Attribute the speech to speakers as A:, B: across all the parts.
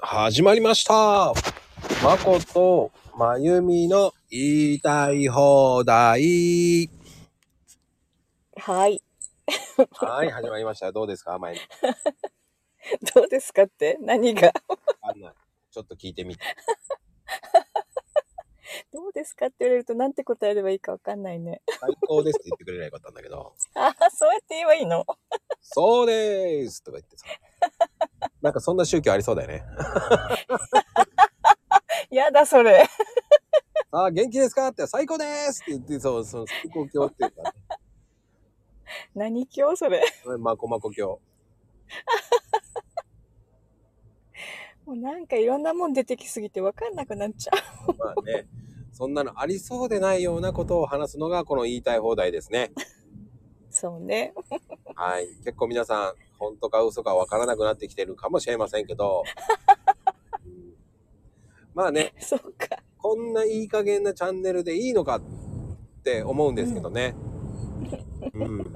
A: 始まりました。まことまゆみの言いたい放題。
B: はい。
A: はい、始まりました。どうですかまゆみ。
B: どうですかって何が
A: わかんない。ちょっと聞いてみて。
B: どうですかって言われるとなんて答えればいいかわかんないね。
A: 最高ですって言ってくれればよかったんだけど、
B: あ あ、そうやって言えばいいの
A: そうでーすとか言ってさ。なんかそんな宗教ありそうだよね。
B: やだ、それ。
A: あー、元気ですかって最高でーすって言って、そう、そう、最高教っていうか、ね、
B: 何教それ。
A: まこまこ教。
B: もうなんかいろんなもん出てきすぎてわかんなくなっちゃ
A: まあね、そんなのありそうでないようなことを話すのが、この言いたい放題ですね。
B: う。 そうね。
A: はい。結構皆さん、本当か嘘かわからなくなってきてるかもしれませんけど、うんまあね、
B: そうか。
A: こんないい加減なチャンネルでいいのかって思うんですけどね。うん。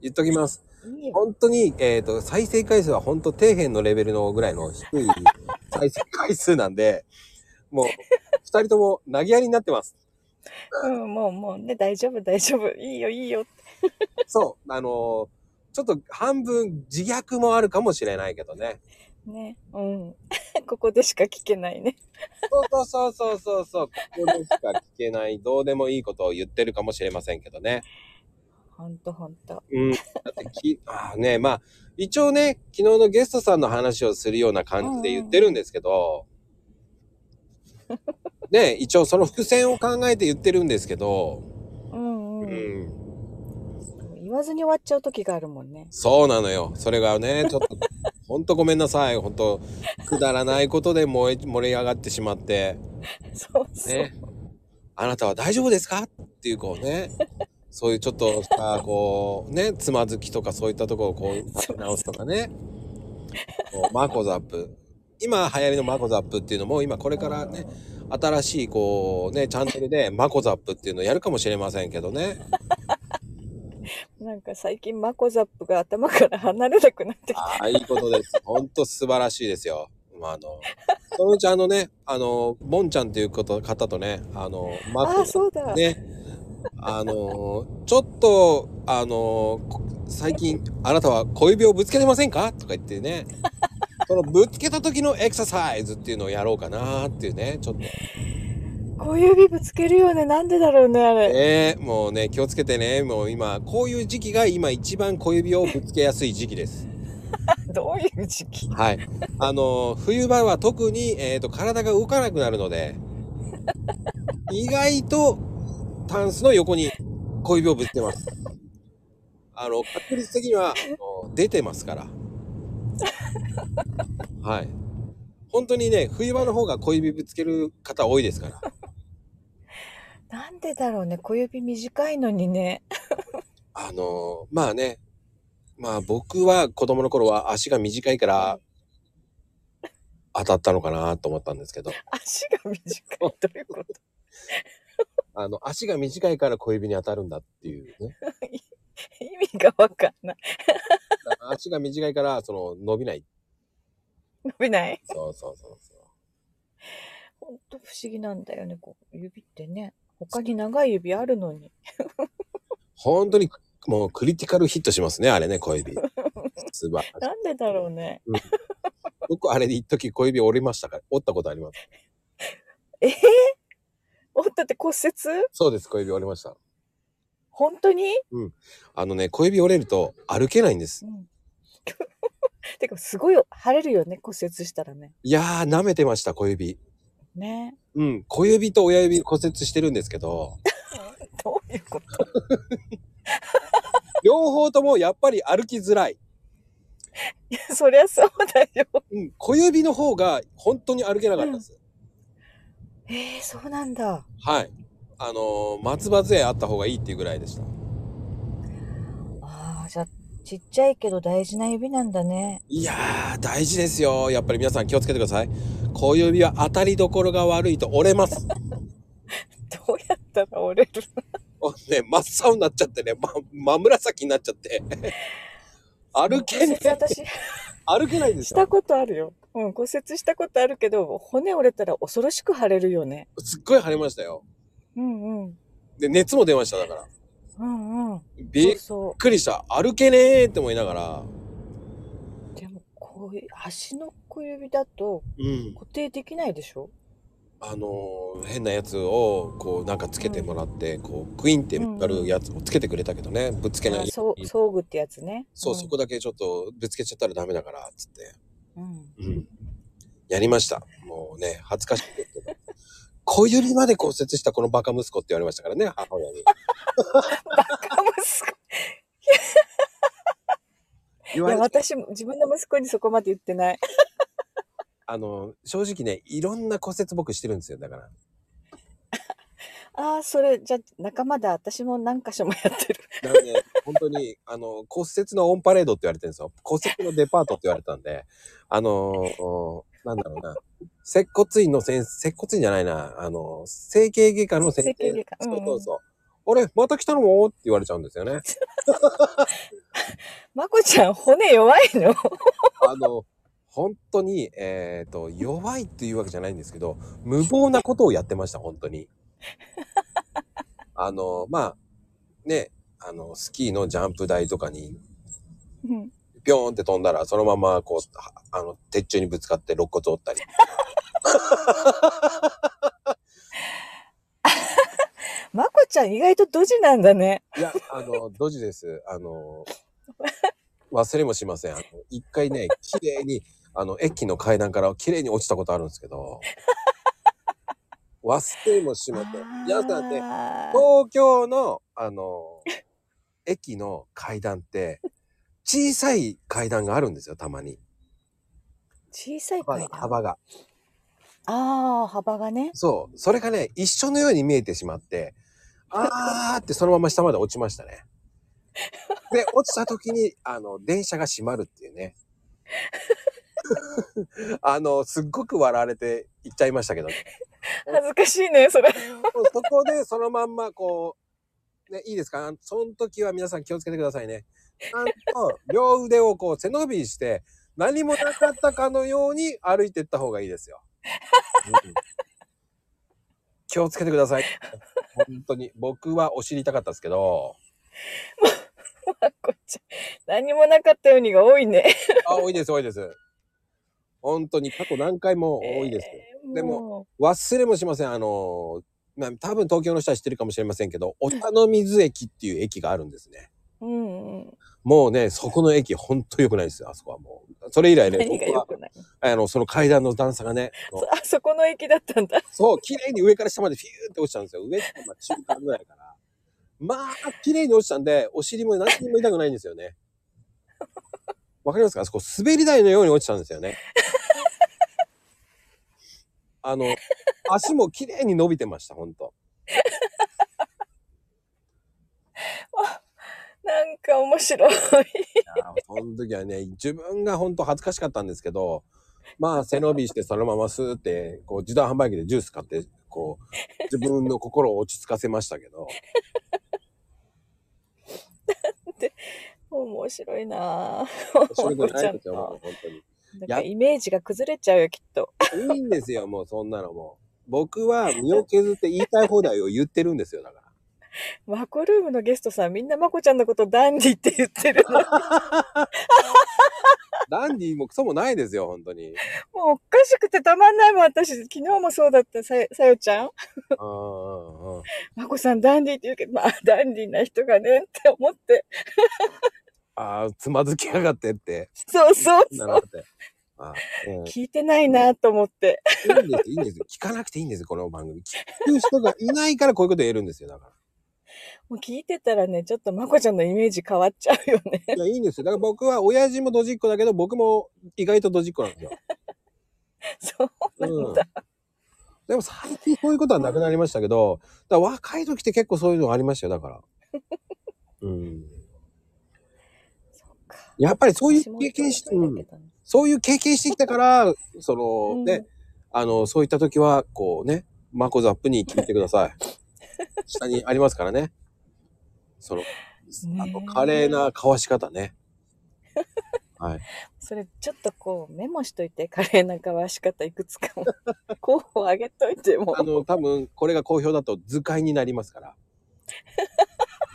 A: 言っときます。
B: いいよ。
A: 本当に、えっ、と、再生回数は本当底辺のレベルのぐらいの低い再生回数なんで、もう、二人とも投げやりになってます。
B: うん、もうもうね、大丈夫、大丈夫。 いいよ、いいよ。
A: そう。あのーちょっと半分自虐もあるかもしれないけどね。
B: ね。うん。 ここでしか聞けないね。
A: そうそうそうそうそうそう、ここでしか聞けない、どうでもいいことを言ってるかもしれませんけどね。
B: ほんとほんと。
A: うん。だってき、あーね、まあ、一応ね、昨日のゲストさんの話をするような感じで言ってるんですけど、ね、一応その伏線を考えて言ってるんですけど、
B: うん
A: う
B: うん。
A: ん。
B: 言わずに終わっちゃう時があるもんね。
A: そうなのよ。それがね、ちょっと、ほんとごめんなさい。ほんと、くだらないことで燃え、盛り上がってしまって。
B: そうそう。
A: ね、あなたは大丈夫ですかっていうこうねそういうちょっとしたこうねつまずきとかそういったところをこう立て直すとかねこうマコザップ今流行りのマコザップっていうのも今これからね新しいこうねチャンネルでマコザップっていうのをやるかもしれませんけどね
B: なんか最近マコザップが頭から離れなくなってきた。
A: ああいいことですほんと素晴らしいですよ。まああのそのうちあのねあのボンちゃんっていうこと方とねあのマ
B: あ
A: コ
B: あ、そうだ。
A: ね、あのーちょっと、あのーこ最近、あなたは小指をぶつけてませんかとか言ってね、そのぶつけた時のエクササイズっていうのをやろうかなっていうね、ちょっと。
B: 小指ぶつけるよね。なんでだろうね、あれ。
A: えーもうね、気をつけてね、もう今、こういう時期が今一番小指をぶつけやすい時期です。
B: どういう時期
A: はい。あのー冬場は特に、えー、と体が動かなくなるので、意外とタンスの横に小指をぶつけます。あの、確率的には、あの出てますから。はい。本当にね、冬場の方が小指ぶつける方多いですから。
B: なんでだろうね小指短いのにね
A: あのーまあね、まあ僕は子供の頃は足が短いから当たったのかなと思ったんですけど。
B: 足が短いどういうこと
A: あの、足が短いから小指に当たるんだっていうね。
B: 意味がわかんない
A: 足が短いから、その、伸びない。
B: 伸びない
A: そうそうそうそう。
B: ほんと不思議なんだよねこう指ってね他に長い指あるのに
A: 本当に、もうクリティカルヒットしますね、あれね、小指。素晴らしい。
B: なんでだろうね
A: 僕、あれで一時小指折りましたから、折ったことあります。
B: えー、おったって骨折
A: そうです、小指折りました。
B: 本当に、
A: あのね、小指折れると歩けないんです。
B: うん、 てかすごい腫れるよね骨折したらね
A: いやー、舐めてました、小指。
B: ね
A: うん、小指と親指骨折してるんですけ ど、
B: どういうこと
A: 両方ともやっぱり歩きづらい。
B: いやそりゃそうだよ
A: うん、小指の方が本当に歩けなかったです。
B: えー、そうなんだ
A: はい。あのー松葉杖あった方がいいっていうぐらいでした。
B: あーじゃあちっちゃいけど大事な指なんだね
A: いやー、大事ですよ。やっぱり皆さん気をつけてください。小指は当たりどころが悪いと折れます。
B: どうやったら折れる
A: もうね、真っ青になっちゃってね、ま、真紫に なっちゃって。歩けね
B: 骨折私
A: 歩けないんです
B: し
A: よ。
B: たことあるようん、骨折したことあるけど、骨折れたら恐ろしく腫れるよね。
A: すっごい腫れましたよ。
B: うんうん。
A: で、熱も出ました、だから。
B: うんうん。
A: びっ
B: そう
A: くりした。歩けねえって思いながら。
B: そう。でも、こういう、足の小指だと
A: うん。
B: 固定できないでしょ
A: あのー変なやつを、こう、なんかつけてもらって、こう、クイーンってやるやつをつけてくれたけどね。ぶつけないよう
B: あ
A: に。
B: そう装具ってやつね。
A: そう、
B: ん
A: そこだけちょっとぶつけちゃったらダメだから、つって。
B: うん。
A: うん。やりました。もうね、恥ずかしくて。 小指まで骨折したこのバカ息子って言われましたからね、母親に。
B: バカ息子。
A: 言
B: い
A: わ
B: や、
A: れて
B: 私も、自分の息子にそこまで言ってない。
A: あの、正直ね、いろんな骨折僕してるんですよ、だから。
B: ああ、それ、じゃあ、仲間だ。私も何箇所もやってる。
A: だからね、 本当に、あの、骨折のオンパレードって言われてるんですよ。骨折のデパートって言われたんで、あのおなんだろうな、接骨院の先生、接骨院じゃないな、あの、整形外科の先生。
B: 整形外科うん
A: そうそうそう。あれ、また来たのって言われちゃうんですよね。
B: まこちゃん、骨弱いの
A: あの、本当に、えっ、と、弱いっていうわけじゃないんですけど、無謀なことをやってました、本当に。あの、まあ、ね、あの、スキーのジャンプ台とかに
B: うん。
A: ピョーンって飛んだら、そのまま、こう、はあの、鉄柱にぶつかって肋骨折ったり。
B: まこちゃん、意外とドジなんだね。
A: いや、あの、ドジです。あの、忘れもしません。あの一回ね、綺麗に、あの、駅の階段から綺麗に落ちたことあるんですけど、忘れもしません。皆さんね、
B: あー
A: 東京の、あの、駅の階段って、小さい階段があるんですよ、たまに。
B: 小さい
A: 幅
B: 声
A: が
B: だ。
A: 幅が。
B: ああ、幅がね。
A: そう。それがね、一緒のように見えてしまって、あーってそのまま下まで落ちましたね。で、落ちた時に、あの、電車が閉まるっていうね。あの、すっごく笑われて行っちゃいましたけどね。
B: 恥ずかしいね、それ。
A: そこでそのまんまこう、ね、いいですかその時は皆さん気をつけてくださいね。ちゃんと両腕をこう背伸びして、何もなかったかのように歩いていった方がいいですよ。うん気をつけてください。本当に。僕はお尻痛かったですけど、
B: まこちゃん、何もなかったようにが多いね。
A: あ、多いです、多いです。本当に過去何回も多いです。
B: えー
A: でも
B: も
A: 忘れもしません。あの、まあ、多分東京の人は知ってるかもしれませんけど、お茶の水駅っていう駅があるんですね。
B: う、うんうん。
A: もうね、そこの駅、ほんと良くないですよ、あそこはもう。それ以来ね、
B: 何が良くない
A: 僕はあの、その階段の段差がね、
B: そあそこの駅だったんだ。
A: そう、綺麗に上から下までフィューって落ちたんですよ。上って、まあ、中間ぐらいから。まあ、綺麗に落ちたんで、お尻も何にも痛くないんですよ ね。わかりますかあそこ、滑り台のように落ちたんですよ ね。あの、足も綺麗に伸びてました、ほんと。
B: なんか面白い。
A: いやーその時はね、自分が本当恥ずかしかったんですけど、まあ背伸びしてそのままスーって、こう自動販売機でジュース買って、こう、自分の心を落ち着かせましたけど、
B: 面白いなぁ。
A: それぐらいないですよ、
B: ま
A: も
B: こ
A: う本
B: ちゃんのなんかイメージが崩れちゃうよ、きっと。
A: 当に。いいんですよ、もうそんなのもう。僕は身を削って言いたい放題を言ってるんですよ、だから。
B: マコルームのゲストさん、みんなまこちゃんのことダンディって言ってる。
A: ダンディもクソもないですよ、本当に。
B: もうおかしくてたまんないもん、私。昨日もそうだった、さよさよちゃ
A: うん
B: ん。
A: うんうん。
B: まこさん、ダンディって言うけど、まあ、ダンディな人がね、って思って。
A: ああ、つまずきやがってって。
B: そうそう
A: な
B: そう。
A: るって。あーうん
B: 聞いてないなと思って。
A: いいんです、いいんです。聞かなくていいんです、この番組。聞く人がいないからこういうこと言えるんですよ、だか
B: もう聞いてたらね、ちょっとまこちゃんのイメージ変わっちゃうよね。
A: ら。いや、いいんですよ。だから僕は、親父もドジっ子だけど、僕も意外とドジっ子なんですよ。
B: そう
A: う
B: なんんだ。
A: でも最近そういうことはなくなりましたけど、だから若い時って結構そういうのがありましたよ、だ から。うん。
B: そうか。
A: やっぱりそういう
B: 私も
A: 経験し、
B: そううだ
A: ん
B: け、どね
A: そういう経験してきたから、その、
B: うん
A: ね、あの、そういった時は、こうね、マコザップに聞いてください。 下にありますからね。その、あ
B: ね
A: の、
B: え
A: 華麗なかわし方ね。はい。
B: それちょっとこうメモしといて華麗な交わし方いくつか も候補あげといても
A: あの、多分、これが好評だと図解になります から。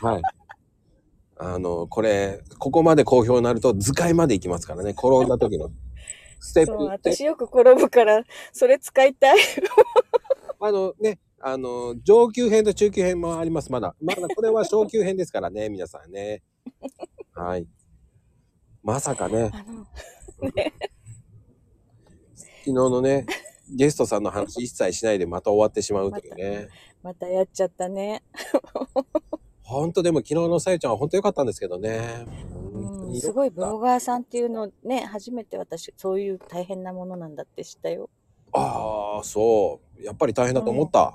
A: はい。あの、これ、ここまで好評になると図解までいきますからね。転んだ時の。ステップステップ
B: そう私よく転ぶからそれ使いたい
A: あのね、あの、上級編と中級編もあります、まだ。まだこれは昇級編ですからね、 皆さんね。はい。まさかね、
B: あの
A: 昨日のね、ゲストさんの話一切しないでまた終わってしまうというね。
B: またやっちゃったね
A: ほんとでも昨日のさゆちゃんはほんと良かったんですけどね。本当
B: う
A: に良か
B: んす
A: った
B: ごいブロガーさんっていうのね初めて私そういう大変なものなんだって知ったよ
A: ああ、そう。やっぱり大変だと思った。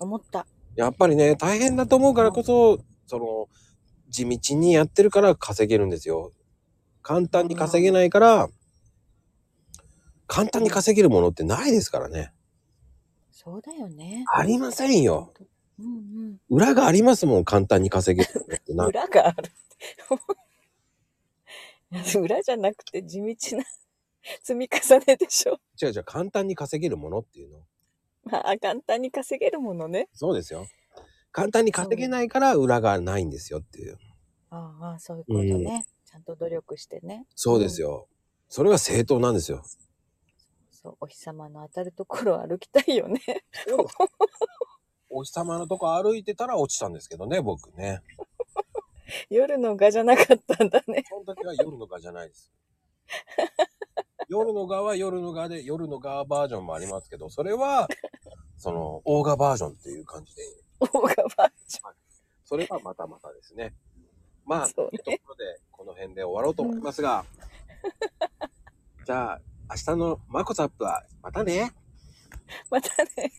B: 思った
A: やっぱりね、大変だと思うからこそ、その、地道にやってるから稼げるんですよ。簡単に稼げないから、簡単に稼げるものってないですからね。
B: そうだよね
A: ありませんよ。
B: うん
A: 裏がありますもん、簡単に稼げるものって
B: うん
A: な。
B: 裏がある 裏じゃなくて地道な積み重ねでしょ
A: 違う違う、簡単に稼げるものっていうの。
B: まあ簡単に稼げるものね
A: そうですよ。簡単に稼げないから裏がないんですよっていう。
B: ああああそういうことね、ちゃんと努力してね
A: そうですよ。それが正当なんですよ。
B: そうお日様の当たるところを歩きたいよね
A: お日様のとこ歩いてたら落ちたんですけどね、僕ね。
B: 夜の蛾じゃなかったんだね
A: その時は夜の蛾じゃないです。夜の蛾は夜の蛾で、夜の蛾バージョンもありますけど、それは、その、オーガバージョンっていう感じで、
B: 大川バージ
A: それはまたまたですね。まあ、
B: そうね
A: というところで、この辺で終わろうと思いますが、じゃあ、明日のマコザップは、またね
B: またね